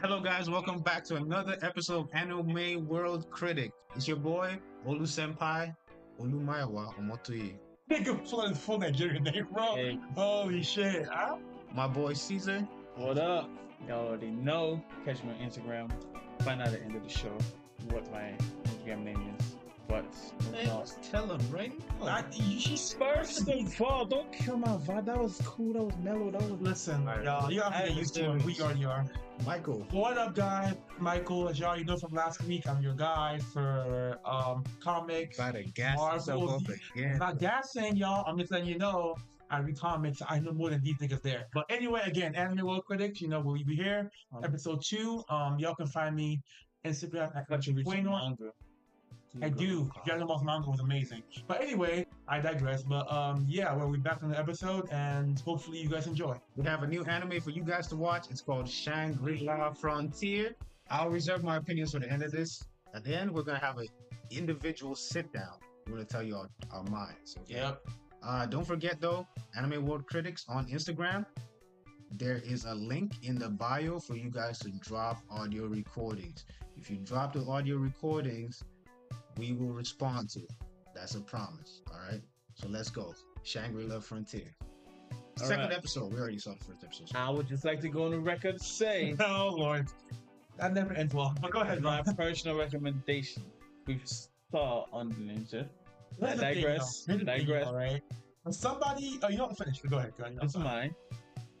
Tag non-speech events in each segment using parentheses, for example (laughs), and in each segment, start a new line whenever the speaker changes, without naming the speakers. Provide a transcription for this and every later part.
Hello, guys. Welcome back to another episode of Anime World Critic. It's your boy Olu Senpai Olumayawa Omotoye.
Nigga full full Nigerian name, bro.
Hey.
Holy shit. Huh?
My boy Caesar.
What up? Y'all already know. Catch me on Instagram. Find out at the end of the show what my Instagram name is. But
Man, let's tell him right now.
I, you, she's first.
of all, don't kill my vibe. That was cool. That was mellow. That was
Listen,
Alright.
y'all, you have to
I
get used to it. We already are.
Michael.
What up, guys? Michael, as y'all already know from last week, I'm your guy for um comics.
About to gas
Marvel,
himself up again.
Not gassing, y'all. I'm just letting you know. I read comics. I know more than these niggas there. But anyway, again, Anime World Critics, you know, we'll be here.
Um,
Episode two. Um, y'all can find me Instagram at
Got you reaching
Bueno.
manga.
I do.
Girl.
Dragon Ball Manga was amazing. But anyway, I digress. But um, yeah, well, we're back on the episode, and hopefully you guys enjoy.
We have a new anime for you guys to watch. It's called Shangri-La Frontier. I'll reserve my opinions for the end of this. At the end, we're gonna have an individual sit down. We're gonna tell you our, our minds. Okay?
(laughs)
Uh, don't forget though, Anime World Critics on Instagram. There is a link in the bio for you guys to drop audio recordings. If you drop the audio recordings, we will respond to it. That's a promise. All right. So let's go. Shangri La Frontier.
All
Second
right.
episode. We already saw the first episode.
I would just like to go on the record and say
(laughs) Oh Lord, that never ends well. But go ahead,
my
Rob.
personal recommendation we saw on the Ninja. I
Here's the thing,
digress.
though. Here's the
I
thing,
digress.
though, right? When somebody, oh, you don't finish. Go ahead. Go ahead.
It's mine.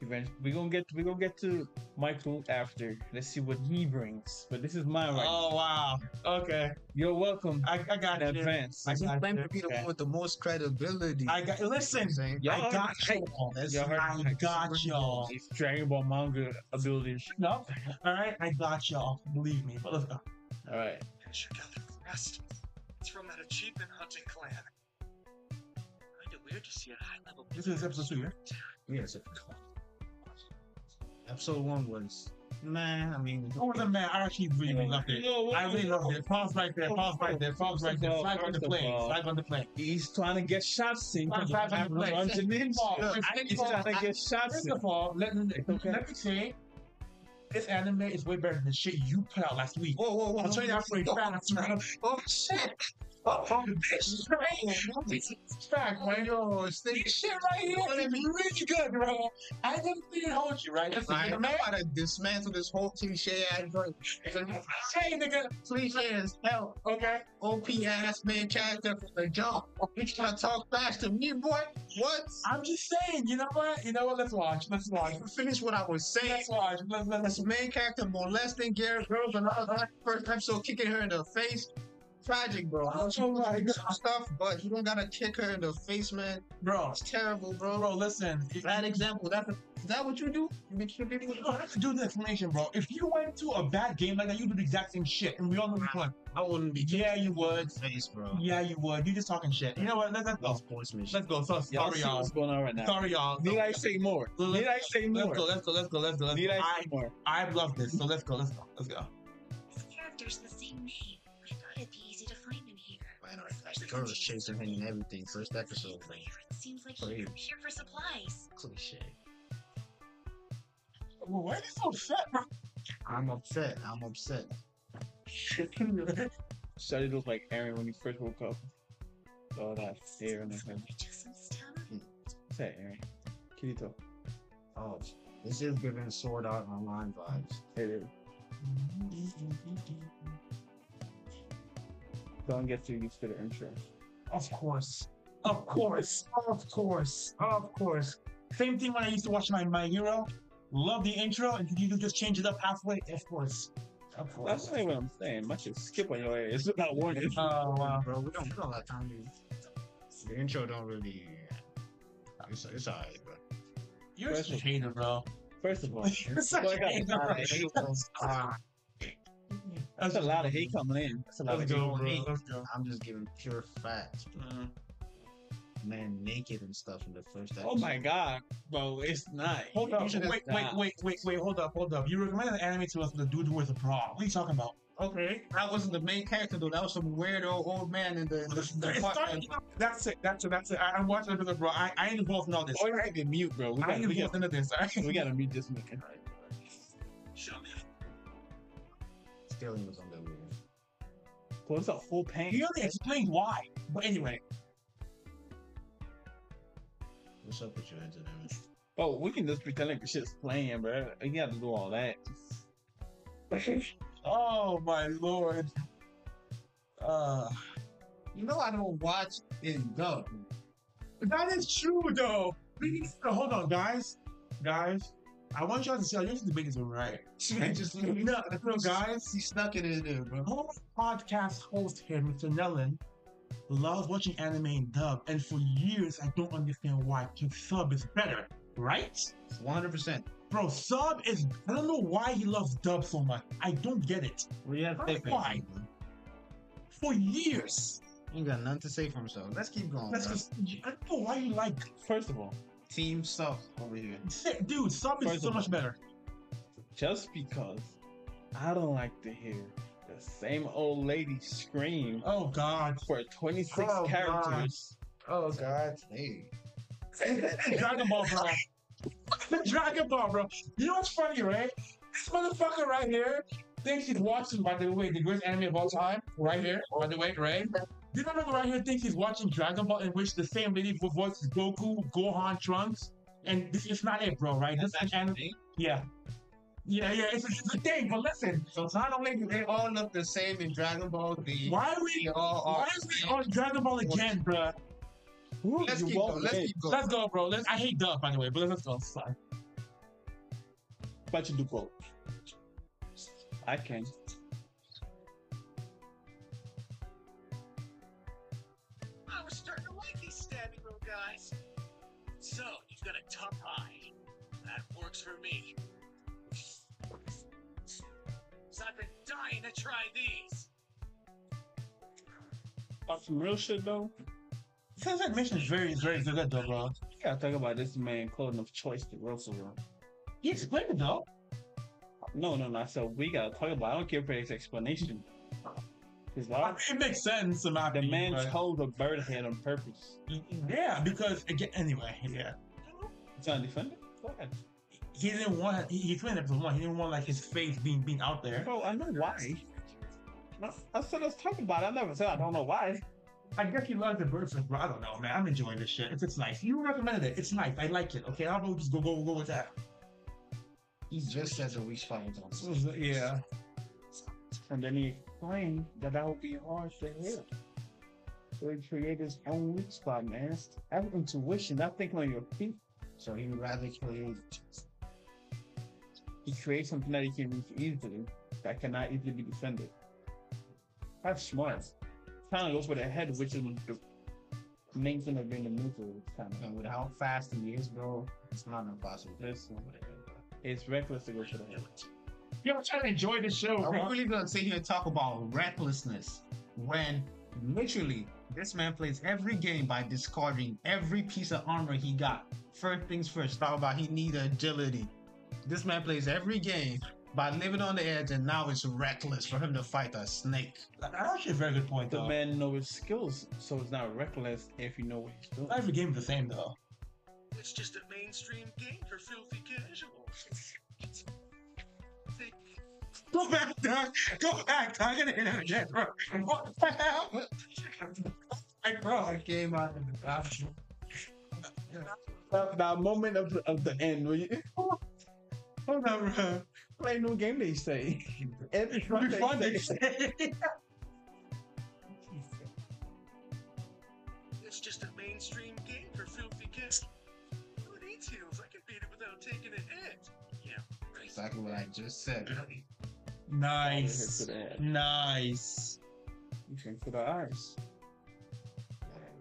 Eventually, we're gonna get we gonna get to Michael after. Let's see what he brings. But this is mine right.
Oh wow. Okay.
You're welcome
I, I got
in
you.
advance.
I
He
got
claimed
you.
to be the
okay.
one with the most credibility.
I got. Listen,
Listen,
Y'all
I
heard-
got
hey,
you.
y'all heard-
I got y'all.
These Dragon Ball manga abilities.
No, all right. I got y'all. Believe me. But let's go.
All right.
Should gather the rest. It's from that achievement hunting clan.
Kinda weird to see a high level.
This is episode two, yeah?
yes. Episode one was, man. I mean,
Oh, the man, I actually really, really loved it.
Whoa, whoa,
I really
whoa.
loved it. Pause right there. Pause right there. Pause right there. Flag on the plane. Flag on the plane.
He's trying to get shots in.
Five, five, five,
After
five.
Ninja Ninja.
Look, I-
(laughs) He's trying to get shots
First
in.
of all, let,
okay.
let me say, this anime is way better than the shit you put out last week.
whoa, whoa, whoa!
I'll tell you that for a fact, man.
(laughs) Oh shit!
Oh, this is great. Fact, man.
Yo, stay
This shit right here is really good, bro. I didn't see it hold you, right? That's
I
the
am
man.
about to dismantle this whole cliche ass like,
Hey, nigga.
cliche as hell,
Okay.
OP ass man character from the jump. You trying to talk fast to me, boy? What?
I'm just saying, you know what? You know what? Let's watch. Let's
I
watch.
can finish what I was saying.
Let's watch. Let's, let's,
This main character molesting Garrett girls and all that first episode kicking her in the face. Tragic, bro. I know she
Oh my
doing
God.
some stuff, but you don't gotta kick her in the face, man.
Bro,
It's terrible, bro.
bro, listen. If,
Bad example. That's is that what you do? You make sure people.
you don't have to do the explanation, bro. If you went to a bad game like that, you do the exact same shit, and we all know which one.
I wouldn't be.
Yeah, you would.
Face, bro.
Yeah, you would. You just talking shit. You know what? Let's, let's go.
That's sportsmanship.
Let's go. So,
Y'all
sorry,
see
y'all.
what's going on right now.
Sorry, y'all.
Need I say more?
Let's-
Need I say
Let's
more?
go. Let's go. Let's go. Let's go. Let's
Need
go.
I
I
say more?
I love this. So let's go. Let's go. Let's go.
This character's the same name. I thought it'd be easy to find him here.
Man, the girl was chasing him and everything. First episode, man.
It seems like
Clear.
he's here for supplies.
Cliche.
Well, why are they so upset, bro?
I'm upset. I'm upset.
Started to look like Aaron when he first woke up. Oh, that stare in his head.
Just in stomach.
What's that, Aaron? Kirito.
Oh, this is giving Sword Art Online vibes.
Hey, dude. Don't get too used to the intro.
Of course. Of course. Of course. Of course. Same thing when I used to watch my My Hero. Love the intro, and you could just change it up halfway. Of course. Of
That's
course.
not even what I'm saying. Much is skip on your ass without warning.
Oh, wow.
Bro, we don't, we don't have time to. The intro don't really. It's, it's alright, bro.
You're such a hater, bro.
First of (laughs) all,
(laughs) You're such a hater, bro.
Ah,
that's a lot of hate coming in. That's a lot
Let's
of
you
go,
don't
bro.
hate.
Let's go.
I'm just giving pure facts. bro.
Mm.
Man, naked and stuff in the first episode.
Oh my god, bro, it's not.
Hold up.
You
Wait,
should've
wait, wait,
stopped.
wait, wait, Hold up, hold up. You recommended an anime to us with a dude who wears a bra. What are you talking about?
Okay. That wasn't the main character though. That was some weirdo old man in the. In the,
It's starting-
apartment.
That's it. That's it. That's it. I, I'm watching it with a bra. I, I ain't involved in all this.
Oh, you have to mute, bro. We
I
gotta,
ain't
we
involved
gotta,
in this. all right?
we gotta mute this man.
Show me.
Stealing was on the move.
Well, it's a whole pain.
You already explained why. But anyway,
What's up with your engineering?
Oh, we can just pretend like shit's playing, bro. You got to do all that.
oh my lord. Uh,
You know I don't watch in go.
that is true though. We- no, Hold on, guys. Guys, I want y'all to see. I just debate is right.
I just
No, no, guys.
He snuck it in there, bro.
Our podcast host here, Mr. Nellen, loves watching anime in dub, and for years I don't understand why. Because sub is better, right?
100%.
Bro, sub is. I don't know why he loves dub so much. I don't get it.
We have
Why?
Pepe.
For years,
Ain't got nothing to say for himself. Let's keep going.
that's
bro.
just. I don't know why you like.
First of all,
Team Self over here.
Dude, sub
First
is
of
so
all-
much better.
just because I don't like to hear the same old lady scream
Oh God.
for 26
Oh,
characters.
Oh God. Hey.
Dragon Ball, bro. (laughs) Dragon Ball, bro. You know what's funny, right? This motherfucker right here thinks he's watching, by the way, the greatest anime of all time, right here, by the way, right? This motherfucker right here thinks he's watching Dragon Ball, in which the same lady vo- voices Goku, Gohan, Trunks, and this is not it, bro, right? This is anime. Yeah. Yeah, yeah, it's, it's a thing, but listen,
So not only do they all look the same in Dragon Ball Z,
why are we,
they all
why
are.
are we on Dragon Ball again, bro?
Who
Let's
you
keep
won't
going. Let's
get,
keep going.
Let's go, bro. Let's, I hate Dub, by the way, but let's go. Sorry.
but you do both. I can.
I was starting to like these stabby little guys. So, you've got a tough eye. That works for me. So I've been dying to try these.
On some real shit though,
Since that mission is very, very good, though, bro.
you gotta talk about this man clothing of choice to Russell. wore.
He explained it though.
No, no, no. I said we gotta talk about. I don't care for his explanation. His
I
life.
mean, it makes sense in my
The
opinion,
man
but-
told the bird head on purpose.
yeah, because again, anyway, yeah,
It's not defended. Go ahead.
he didn't want. He, he explained episode one. He didn't want like his face being being out there.
Bro, I know why. I- I said let's talk about it. I never said I don't know why.
I guess he loves the birds, but bro, I don't know, man. I'm enjoying this shit. It's, it's nice. You recommended it. It's nice. I like it. Okay, I'll just go go go with that.
He just says a weak spot on
So, so, Yeah.
And then he explained that that would be hard to hear. So he created his own weak spot, man. It's Have intuition, not thinking on your feet.
So he would rather create
He creates something that he can reach easily, that cannot easily be defended. That's smart. Kind of goes with the head, which is the main thing of being a neutral. Kind of.
and with how fast he is, bro, it's not impossible.
Listen, it's reckless to go for the head.
Yo, I'm trying to enjoy this show.
Are we
Bro.
really gonna sit here and talk about recklessness when literally this man plays every game by discarding every piece of armor he got? First things first, talk about he need agility. This man plays every game by living on the edge, and now it's reckless for him to fight a snake.
That's actually a very good point,
The
though.
man knows his skills, so it's not reckless if you know what he's doing.
Not every game is the same though.
It's just a mainstream game for filthy casuals.
Go back, Doc. Go back. Doc. I'm gonna interject, bro. What the hell? Like, bro.
Game out of the
That, that moment of, of the end where you
Hold on, bro.
play no game they say. Every
It'll be fun
they
to
say.
say.
It's just a mainstream game for filthy kids. Who needs heals? I can beat it without taking a hit. Yeah, right.
Exactly what I just said.
Nice.
You can
Nice.
for the eyes.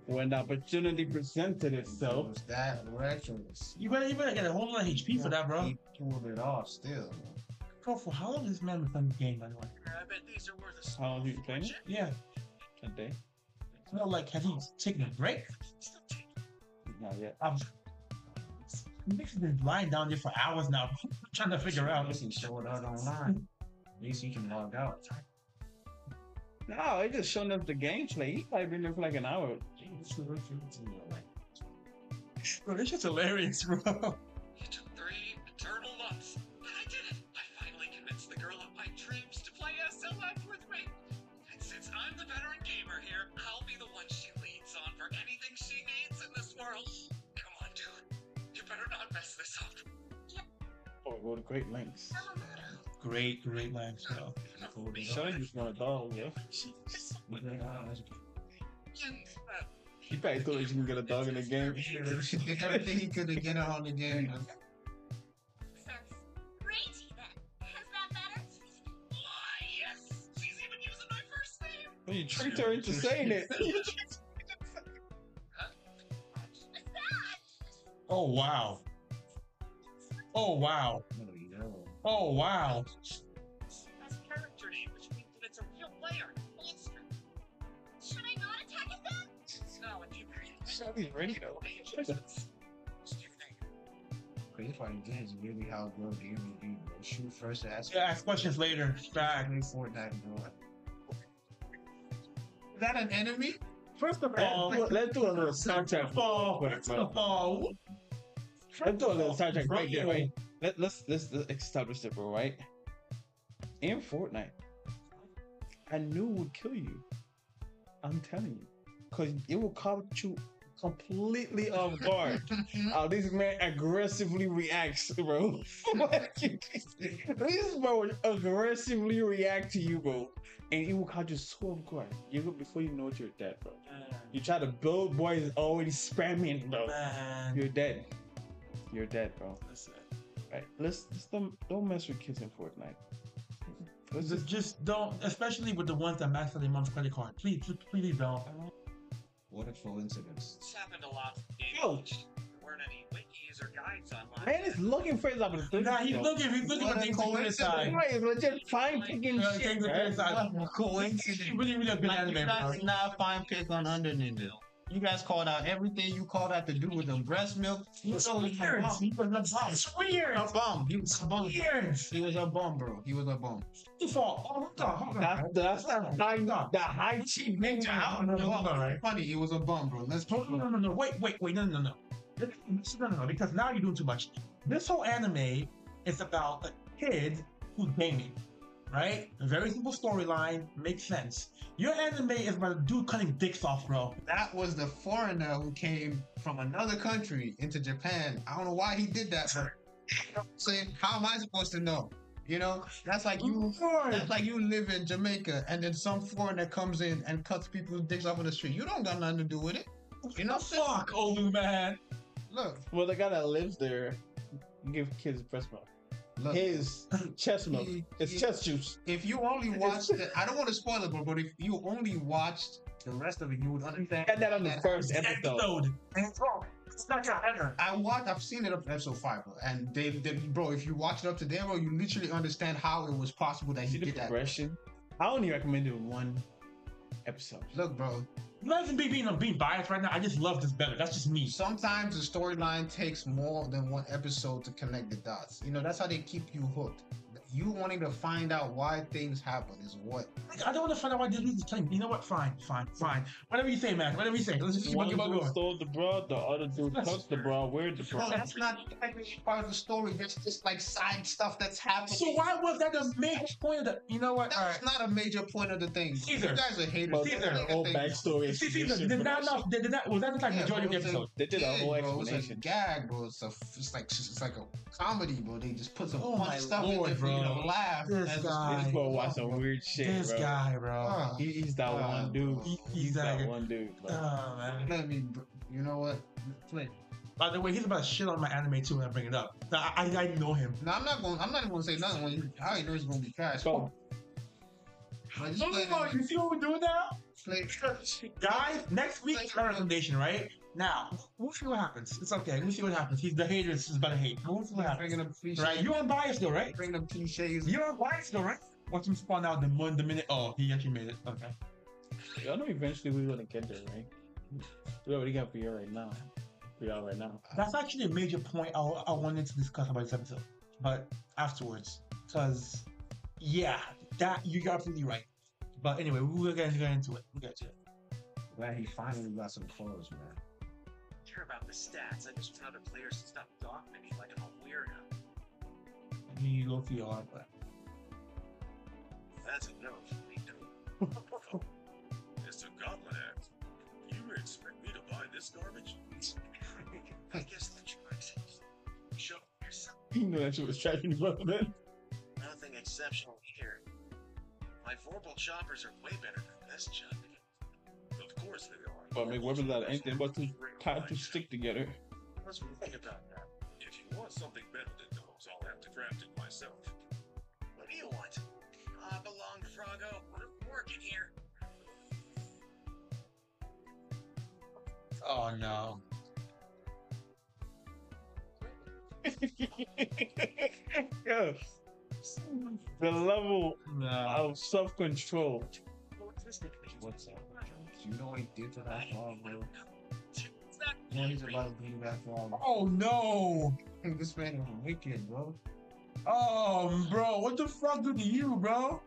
When the opportunity presented
So
itself,
it's that reckless.
You better, you better get a whole lot of HP for that, bro.
He pulled it off still.
Bro, for how long has this man been playing the game, by the way?
I bet these are worth a
how long have you been playing it?
Yeah.
A day?
It's not like, have you taken a break? Um,
Not yet.
I'm. Nixon's been lying down there for hours now. (laughs) I'm trying to figure out.
At least he showed out online. At least he can log out.
No, it just showing up the gameplay. He probably been there for like an hour.
Bro, this shit's hilarious, bro. (laughs)
It took three eternal months, but I did it! I finally convinced the girl of my dreams to play SL Microsoft.
Oh, go to great lengths.
Great, great lifestyle.
Shut up, you smell a dog, yo.
uh,
You probably thought that you can get a dog in the (laughs) game.
She did everything he could to get her on the game.
Crazy then. Is that better?
Why, Ah, yes! She's even using my first name!
You tricked her into saying it.
Oh wow. Oh wow. Oh wow.
That's character name, which means that it's a real player, monster.
Should I not attack it then?
It's not what you create.
Shelly's ready though.
Great fighting games is really how grow game would be. bro. Shoot first, ask.
Yeah, ask questions later. Back.
Play Fortnite, bro. Is that an enemy?
First of
all-
let's do, let's do a little soundtrack.
Football.
Wait, wait.
Football.
Let's do a little soundtrack right
Right
there.
away.
Let, let's, let's let's establish it, bro. Right? In Fortnite, I knew it would kill you. I'm telling you, because it will caught you completely off guard. oh, this man aggressively reacts, bro. (laughs) Like, this bro would aggressively react to you, bro, and it will caught you so off guard. You go before you know it, you're dead, bro. You try to build, boy is already spamming, bro.
Man.
You're dead. You're dead, bro. Right. Let's, let's don't, don't mess with kids in Fortnite. Let's
Just,
just
just don't, especially with the ones that maxed out their mom's credit card. Please, please, please don't.
What a coincidence.
It's happened a lot.
Yo.
There weren't any wikis or guides online.
man is looking for his opportunity.
Nah, he's
though.
looking, he's looking for
What a
things to criticize.
Right, he's legit fine picking
Uh,
shit.
things to
Right?
criticize.
a
He
coincidence.
really, really a good
Like, you
anime, bro.
guys did not fine pick on Under Ninja. You guys called out everything you called out to do with them breast milk. You
It's
told him
weird.
bum.
He was a- It's weird.
A bum. He was
It's
a bum.
weird.
He was a bum, bro. He was a bum.
Default. Oh, hold on, hold on.
That's, that's that high, that high
She
cheat
made out. No, no, hold on, right?
Funny, he was a bum, bro. Let's
No, no, no, no, no. Wait, wait, wait. No, no, no, no. This- No, no, no. Because now you're doing too much. This whole anime is about a kid who's gaming, right? A very simple storyline. Makes sense. Your anime is about a dude cutting dicks off, bro.
That was the foreigner who came from another country into Japan. I don't know why he did that. Bro. (laughs) Saying, how am I supposed to know? You know, that's like you. That's like you live in Jamaica, and then some foreigner comes in and cuts people's dicks off in the street. You don't got nothing to do with it. You know,
Fuck, Olu, man.
look,
Well, the guy that lives there give kids breast milk.
look.
His chest milk.
He-
It's
he-
chest juice.
if you only watched, the, I don't want to spoil it, but, but if you only watched the rest of it, you would understand.
Got that on the first episode.
Episode. And it's wrong. It's not your header.
I watched. I've seen it up to episode five, bro. And they, they, bro, if you watch it up to there, bro, you literally understand how it was possible that
See
he
the
did that.
progression. I only recommended one episode.
Look, bro.
Not even me being, being biased right now. I just love this better. That's just me.
Sometimes the storyline takes more than one episode to connect the dots. You know, that's how they keep you hooked. You wanting to find out why things happen is what.
I don't want to find out why this dude's cutting. You know what? Fine, fine, fine. Whatever you say, man. Whatever you say. Let's just keep on
One
keep on
dude
going.
stole the bra, the other dude took the bra, (laughs) where's the
Bro,
bra?
that's not technically part of the story. That's just like side stuff that's happening.
So why was that the main point of the? You know what? All right.
That's not a major point of the thing.
Caesar.
You guys are haters.
But
That's
Caesar,
like a
the whole
thing.
backstory. is
See, see,
bullshit,
look, did
bro.
not enough. Did not was that the like
Yeah,
majority of the
bro,
episode?
They did a
Yeah,
whole
bro, it's a
explanation.
gag, bro. It's a, it's like, it's like a comedy, bro. They just put some
Oh my
funny stuff
lord,
in there for you
bro.
to laugh.
This
That's-
guy.
They just go watch some weird shit,
this
bro.
guy, bro.
Ah,
He- he's that
God,
one dude.
bro.
He's
He's that
like-
one dude, bro.
Oh, man.
Let me, br- you know what? Flint.
By the way, he's about to shit on my anime too when I bring it up. I I, I know him.
No, I'm not going. I'm not even going to say nothing. When you, I already know it's going to be trash.
Bro,
But just
No,
play
no,
it
no,
anyway.
You see what we're doing now?
Play-
Guys, next week's our recommendation, right? Now, we'll see what happens. It's okay. We'll see what happens. He's the haters is about to hate. We'll see what happens.
Bringing up cliches.
Right? You're unbiased though, right?
Bringing up cliches.
You're unbiased though, right? Watch him spawn out the one the minute. Oh, he actually made it. Okay.
I know eventually we're gonna get there, right? We already got VR right now. We are
(laughs)
right now.
That's actually a major point I, I wanted to discuss about this episode, but afterwards, because yeah, that you're absolutely right. But anyway, we will get, get into it. We'll get to it.
Glad he finally got some clothes, man.
care about the stats. I just want other players to stop dogging me like I'm a weirdo.
You go through your hard work.
That's a no for me, no. Mr. Goblin Act, you expect me to buy this garbage? I guess that's right. Shove
(laughs) You know that shit was trash when you brought it in.
Nothing exceptional here. My Vorpal choppers are way better than this, Chuck. Of course they are.
But make weapons out of anything but two
Great
tied to
mind.
stick together.
Let's think about that. If you want something better than those, I'll have to craft it myself. What do you want? I belong, Frogo. We're working here.
Oh no.
(laughs) Yo, the level
No.
of self control.
What's up? Do you know what he did to that dog, bro? You know he's
Exactly.
about to beat that dog.
Oh no.
This man is wicked, bro.
Oh, bro. What the fuck did to you, bro?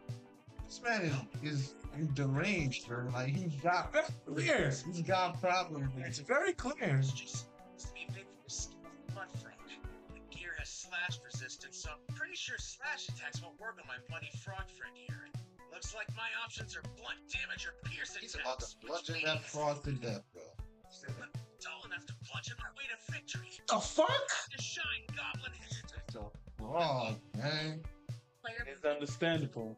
This man is, is deranged, bro. Like he's got
That's clear.
he's got problems. man.
It's very clear.
It's just it's to be big for the skin of blood frog. The gear has slash resistance, so I'm pretty sure slash attacks won't work on my bloody frog friend here. Looks like my options are blunt damage or pierce
He's
attacks.
about to
which
bludgeon that
means
frog to death, bro.
I'm Dull enough to bludgeon my way to victory.
The fuck?
The shine goblin.
So frog, man.
Player
It's understandable.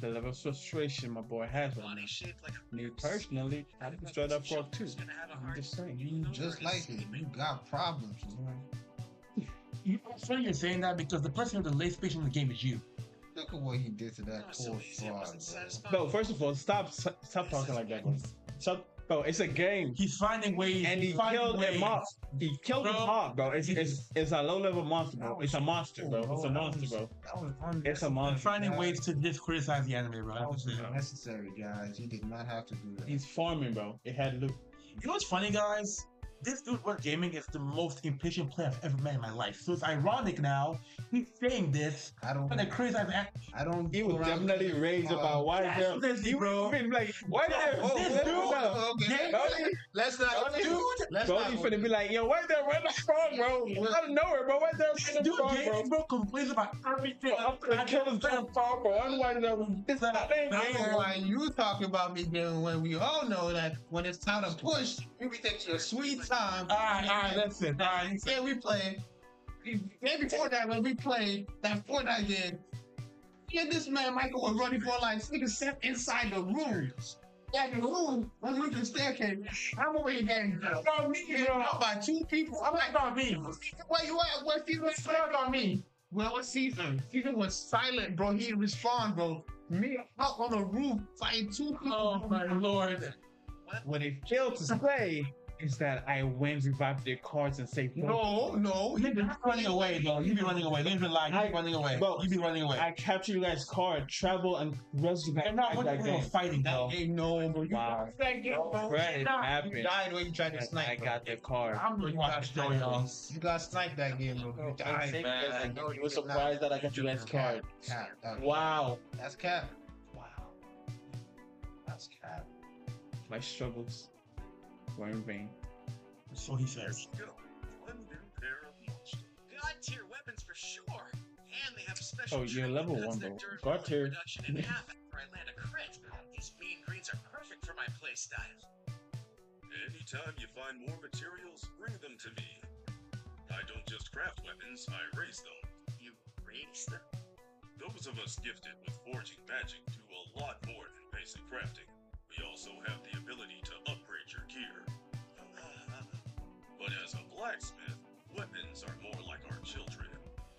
The level of frustration my boy has on
Body
me.
shaped like a
Me personally, I can try that for too.
He's gonna have a
I'm
hard
just saying.
You just like it. You got problems, man.
You know, it's funny you're saying that because the person with the least patience in the game is you.
Look at what he did to that
Oh, so
poor
easy, it
frog,
wasn't
bro.
satisfying.
Bro, first of all, stop stop talking like that. Bro. Stop, bro. It's a game.
He's finding ways.
And he
he's finding
killed a
ways.
mob. He killed a
Bro.
mob, bro. It's, it's it's a low level monster, bro. It's a monster, bro. It's a monster, bro.
That was
It's a
unnecessary.
He's
monster.
finding ways to just criticize the anime, bro.
That was
You
unnecessary, guys. You did not have to do that.
He's farming, bro. It had loot.
know what's funny, guys? This dude, World Gaming, is the most impatient player I've ever met in my life. So it's ironic now he's saying this
I don't.
and then criticize the
I don't.
He was definitely raged about why
That's
there.
this,
He
bro.
been like, why there?
Whoa,
this
whoa,
dude, now?
Oh, Okay.
Don't you-
Let's not.
Don't you-
Let's
Bro, you
not.
finna be like, yo, why there red light frog, bro? Out of nowhere, bro. Why there red
Dude,
light frog,
Gaming,
bro?
bro, complains about everything.
Bro, I'm gonna kill this damn frog, bro. I don't know why there was this that thing,
That's
bro.
why you talking about me doing when we all know that when it's time to push, you be taking your sweet time.
All right, all right, that's it. All right,
Yeah, we played. Day before that, when we played that Fortnite game, yeah, this man Michael was running for like six step inside the room. Yeah, the room was with the staircase. I'm over here getting
it's not me,
you know, by two people. I'm like,
about me.
where you at? What season slack on me? Well, what season? Season was silent, bro. He didn't respond, bro. Me out on the roof fighting two people.
Oh my lord.
What it failed to say is that I went revived their cards and say,
No, no.
You've been running away, though. You've been running away. Don't even lie. You've
I-
been running away.
Bro,
You've been running away.
I capture you guys' card, travel, and rescue back
You're not
at
winning
that
when you're
game.
fighting,
That
though.
ain't no, bro. You
Wow.
That game, bro.
Right, it
You
happened.
died when you tried to snipe.
I
bro.
got their card.
I'm really watching the show, y'all.
You got sniped that game, bro. You died,
saying
man.
because I
I know
know You were
did
surprised that I got you guys' card.
not. Cap, that-
Wow.
That's cap.
Wow. That's bad. My struggles were in vain.
So he says.
Go. One new pair of monsters. God tier weapons for sure. And they have a special.
Oh, you're
trait
level
that cuts
one,
their
bro.
durability
God tier.
Reduction
(laughs)
in half after I land a crit. These bean greens are perfect for my playstyle.
Anytime you find more materials, bring them to me. I don't just craft weapons, I raise them.
You raise them.
Those of us gifted with forging magic do a lot more than basic crafting. We also have the ability to upgrade your gear. Uh, But as a blacksmith, weapons are more like our children,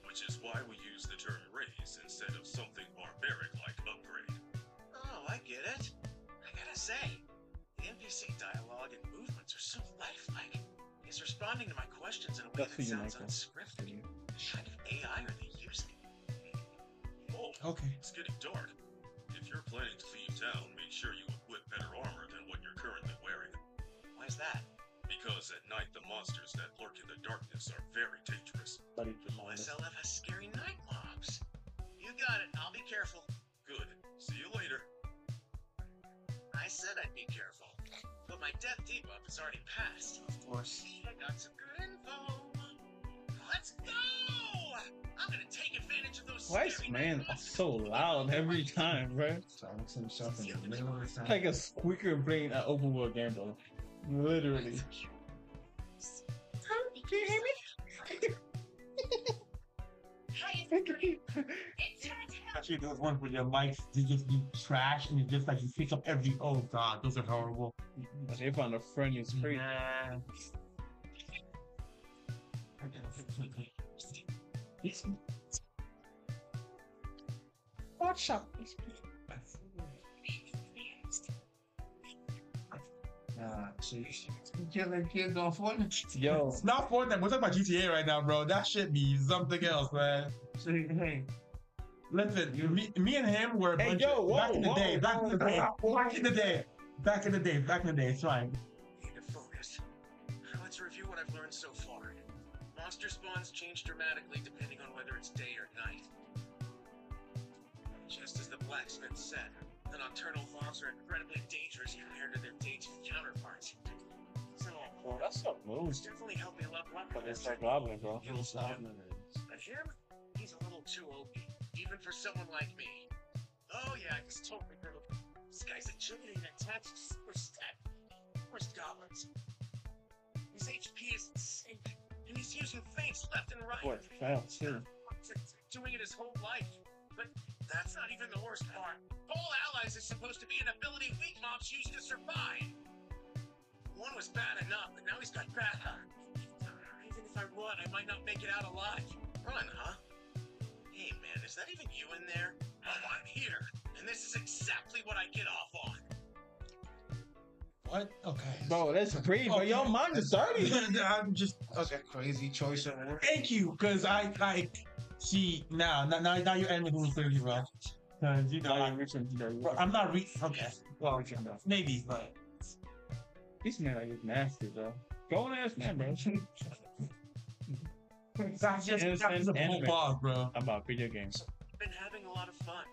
which is why we use the term raise instead of something barbaric like upgrade.
Oh, I get it. I gotta say, the NPC dialogue and movements are so lifelike. He's responding to my questions in a way
That's who
that
you
sounds
like, though.
unscripted. What kind of AI are they using?
Oh,
Okay.
It's getting dark. If you're planning to leave town, make sure you equip better armor than what you're currently wearing.
Why is that?
Because at night, the monsters that lurk in the darkness are very dangerous.
Buddy,
OSLF has scary night mobs. You got it. I'll be careful.
Good. See you later.
I said I'd be careful. But my death debuff is already passed.
Of course.
I got some good info. Let's go! I'm gonna take advantage of those
Why is
scary night
man
monsters.
so loud every time, bro?
So I looks himself in the middle of the time.
Like a squeaker playing an open world game, though. Literally.
Can you hear me? It's your turn.
Actually, those ones where your mics they just be trash and you just like you pick up every. Oh god, those are horrible.
But they found a friend is crazy.
Nah. Watch out. Nah, she's killing kids on Fortnite.
Yo,
It's not Fortnite. We're talking about GTA right now, bro. That should be something else, man. Shit, Hey, listen, me, me and him were a
Hey,
bunch
yo,
of-
whoa,
back in the
whoa,
day, back in the
whoa,
day,
whoa.
back in the day, back in the day, back in the day. It's fine.
Need to focus. Let's review what I've learned so far. Monster spawns change dramatically depending on whether it's day or night. Just as the blacksmith said, the nocturnal mobs are incredibly dangerous compared to their daytime counterparts. So,
well, that's not
it's
moves,
definitely helping level up.
but it's that goblin, bro.
It's not. But him, he's a little too OP, even for someone like me. Oh yeah, I just totally grew up. This guy's attributing an attack to super stat. Worst goblins. His HP is insane, and he's using feints left and right.
Boy, fail too.
T- t- Doing it his whole life. But that's not even the worst part. All allies is supposed to be an ability weak mobs use to survive. One was bad enough, but now he's got bad. Even if I run, I might not make it out alive. Run, huh? Hey, man, is that even you in there? Oh, I'm here, and this is exactly what I get off on.
What? Okay.
Bro, that's crazy, bro. Your mind is dirty.
(laughs) I'm just okay. Crazy choice of words.
(laughs) Thank you, cause I like. See now, now, now, now you're ending with thirty, bro. 'Cause you know, I- bro, I'm not re. Okay. Well, maybe, but
This man like, is nasty, bro. Grown ass man, bro.
(laughs) that's just
Innocent
that's a full
anime.
bar, bro.
I'm about video games.
Been having a lot of fun.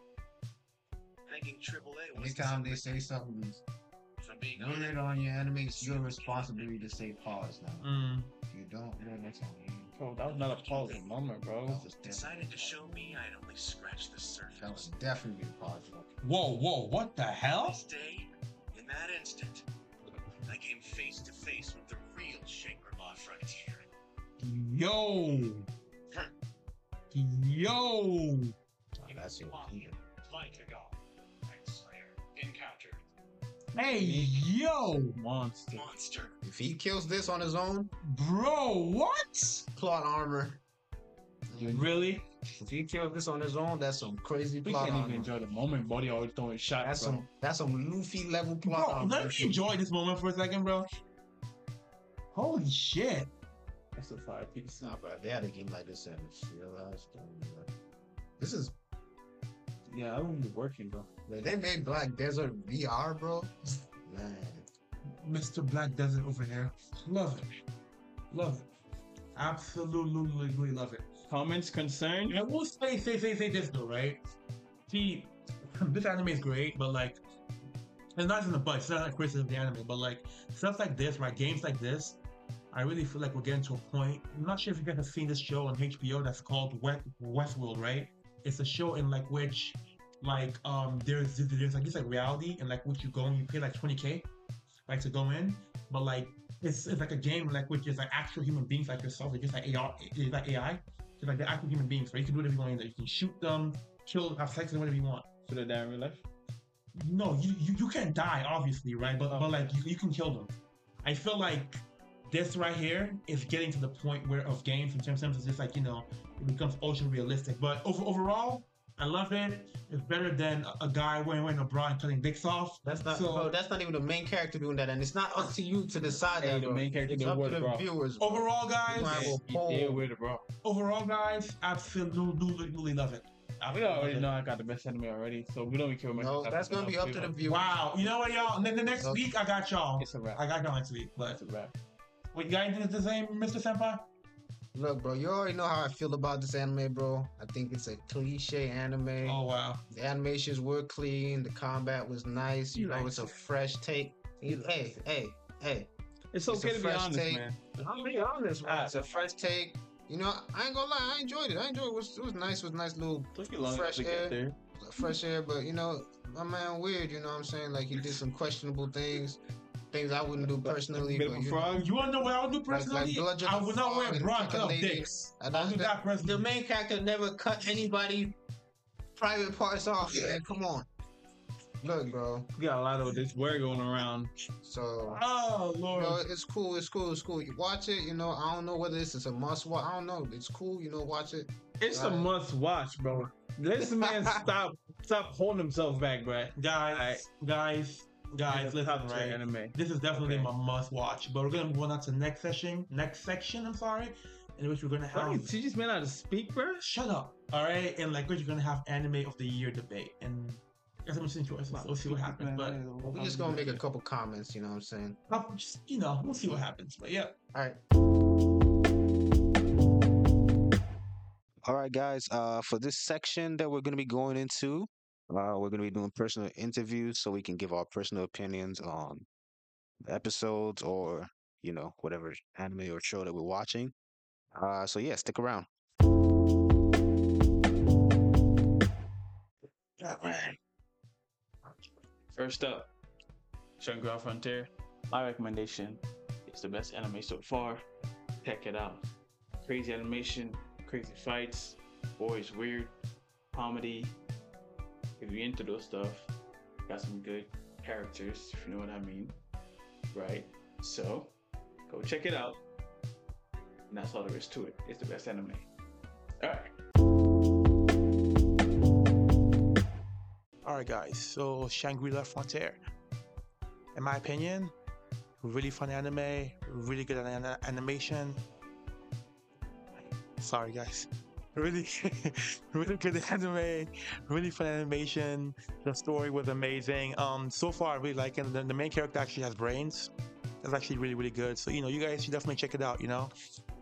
Thinking AAA was
Anytime they say something
from being on
related on your anime, it's your responsibility to say pause now.
Mm.
If you don't, then that's on you.
Bro, that was not a positive moment, bro.
That was definitely-
decided to show me I had only scratched the surface.
That was definitely a pause.
Whoa, whoa, what the hell?
This day, in that instant, I came face to face with the real Shaker Law Frontier.
Yo. Yo.
That's it.
Vikigal, Slayer, Encounter,
Hey, yo.
Monster.
Monster.
If he kills this on his own,
Bro, what?
plot armor.
Really?
If he kills this on his own, that's some crazy
We
plot
can't even
armor.
enjoy the moment. Buddy always throwing shots.
That's
bro.
some that's some Luffy level plot
Bro,
armor.
let me enjoy this moment for a second, bro. Holy shit.
That's a five piece.
Nah, bro, they had a game like this and realized. This is
Yeah, I wouldn't be working, bro.
like, they made Black Desert VR, bro. (laughs) Man,
Mr. Black Desert over here. Love it. Love it. Absolutely love it.
Comments, concern?
I will say, say, say, say this though, right? See, (laughs) this anime is great, but like, it's not in the butt. It's not like criticism of the anime, but like stuff like this, right? Games like this, I really feel like we're getting to a point. I'm not sure if you guys have seen this show on HBO that's called West, Westworld, right? It's a show in like which, like, um, there's there's like this like reality and like which you go and you pay like 20k, like to go in, but like. It's, it's like a game like which is like actual human beings like yourself, it's just like AI, it's like AI, just like they're actual human beings, right? You can do whatever you want in there. You can shoot them, kill, have sex, and whatever you want.
Should I die in real life?
No, you you, you can die, obviously, right? But
Oh.
but like you, you can kill them. I feel like this right here is getting to the point where of games in terms of it's just like you know it becomes ultra realistic. But over, overall, I love it. It's better than a, a guy wearing, wearing a bra and cutting dicks off.
that's not
So-
bro, that's not even the main character doing that, and it's not up to you to decide
Hey,
that.
the
bro.
main character
it's
did
up to
what,
the
bro?
viewers. bro.
Overall, guys,
Might as well
He
poll.
did with it, bro.
overall, guys, absolutely love it.
We already know I got the best anime already, so we don't even care much.
No,
about
that's
that.
gonna be up
We
to the
don't-
viewers.
Wow, you know what, y'all? The, the next
Okay.
week, I got y'all.
It's a wrap.
I got y'all next week, but
It's a wrap.
Wait, you got anything to say, Mr. Senpai?
Look, bro, you already know how I feel about this anime, bro. I think it's a cliche anime.
Oh, wow.
The animations were clean. The combat was nice. You,
You
know,
like
it's a fresh take. hey, hey, hey.
It's
It's a
okay to be
fresh
honest,
take.
man.
I'm being honest,
man.
It's a fresh take. You know, I ain't gonna lie. I enjoyed it. I enjoyed it. It was, it was nice. It was nice little
Took you long enough
Fresh
to
air.
get there.
fresh air. But you know, my man, weird. You know what I'm saying? Like he did some questionable things. Things I wouldn't do personally.
Bit of
but
a
you-
frog.
Uh, You wanna know what I would do
like- like
personally?
bludgeon
I
a
would not
frog
wear
and
bra
fuck a
cut off
lady.
dicks.
And
I'll do
that-
that personally.
The main character never cut anybody private parts off. Man, come on. Look, bro.
We got a lot of this wear going around.
So
Oh
you
lord.
know, it's cool. It's cool. It's cool. You watch it. You know, I don't know whether this is a must. watch. I don't know. It's cool. You know, watch it.
It's a
Right.
must watch, bro.
(laughs)
Let this man stop stop holding himself back, bro.
guys, guys, guys, listen,
top tier
right?
Um,
anime.
This is definitely
Okay.
my must watch, but we're gonna move on to the next session, next section, I'm sorry, in which we're gonna
Why
have
did you just man out to speak, bro?
shut up. Alright, in like which we're gonna have anime of the year debate and as I'm listening to us, we'll see what happens. But
We're just gonna make a couple comments. You know what I'm saying?
I'll just you know, we'll see what happens. But yeah.
All right.
All right, guys. Uh, for this section that we're going to be going into, uh, we're going to be doing personal interviews so we can give our personal opinions on the episodes or, you know, whatever anime or show that we're watching. Uh, so, yeah, stick around.
First up, Shun Ground Frontier. My recommendation is the best anime so far. Check it out. Crazy animation, crazy fights, boys weird, comedy. If you're into those stuff, got some good characters, if you know what I mean. Right? So, go check it out. And that's all there is to it. It's the best anime. Alright.
All right, guys. So Shangri-La Frontier. In my opinion, really fun anime, really good an- animation. Sorry, guys. Really, (laughs) really good anime, really fun animation. The story was amazing. Um, so far, I really like it. The, the main character actually has brains. That's actually really, really good. So you know, you guys should definitely check it out. You know,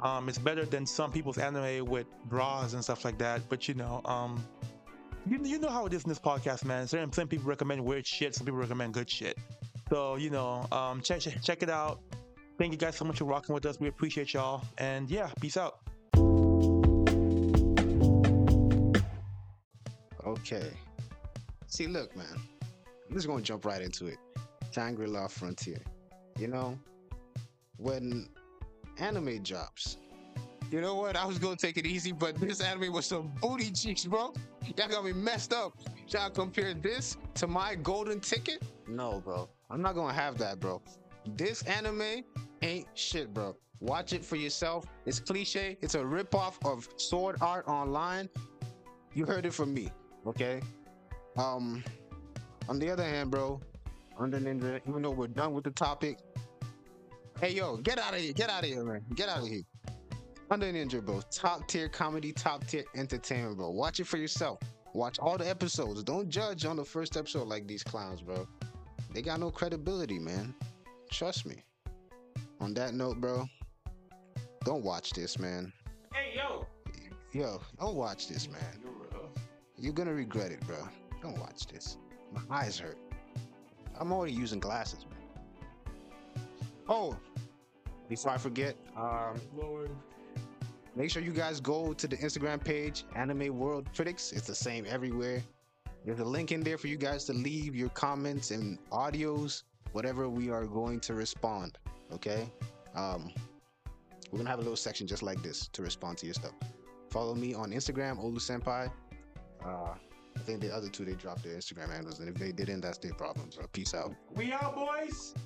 um, it's better than some people's anime with bras and stuff like that. But you know, um, you, you know how it is in this podcast, man. Certain some people recommend weird shit, some people recommend good shit. So you know, um, check check- check it out. Thank you guys so much for rocking with us. We appreciate y'all, and yeah, peace out.
Okay. See, look, man. I'm just gonna jump right into it. Shangri-La Frontier. You know, when anime drops, you know what? I was gonna take it easy, but this anime was some booty cheeks, bro. Y'all got me messed up. Y'all compare this to my golden ticket? No, bro. I'm not gonna have that, bro. This anime ain't shit, bro. Watch it for yourself. It's cliche. It's a ripoff of Sword Art Online. You heard it from me, okay? Um, on the other hand, bro, under Ninja, even though we're done with the topic, hey yo, get out of here, get out of here, man, get out of here. Under Ninja, bro, top tier comedy, top tier entertainment, bro. Watch it for yourself. Watch all the episodes. Don't judge on the first episode like these clowns, bro. They got no credibility, man. Trust me. On that note, bro, don't watch this, man.
Hey, yo!
Yo, don't watch this, man.
You're real.
You're gonna regret it, bro. Don't watch this. My eyes hurt. I'm already using glasses, man. Oh, before I forget, um,
Lord,
make sure you guys go to the Instagram page, Anime World Critics. It's the same everywhere. There's a link in there for you guys to leave your comments and audios, whatever we are going to respond. Okay? Um, we're gonna have a little section just like this to respond to your stuff. Follow me on Instagram, Olu Senpai. Uh, I think the other two they dropped their Instagram handles, and if they didn't, that's their problem. So peace out.
we out, boys.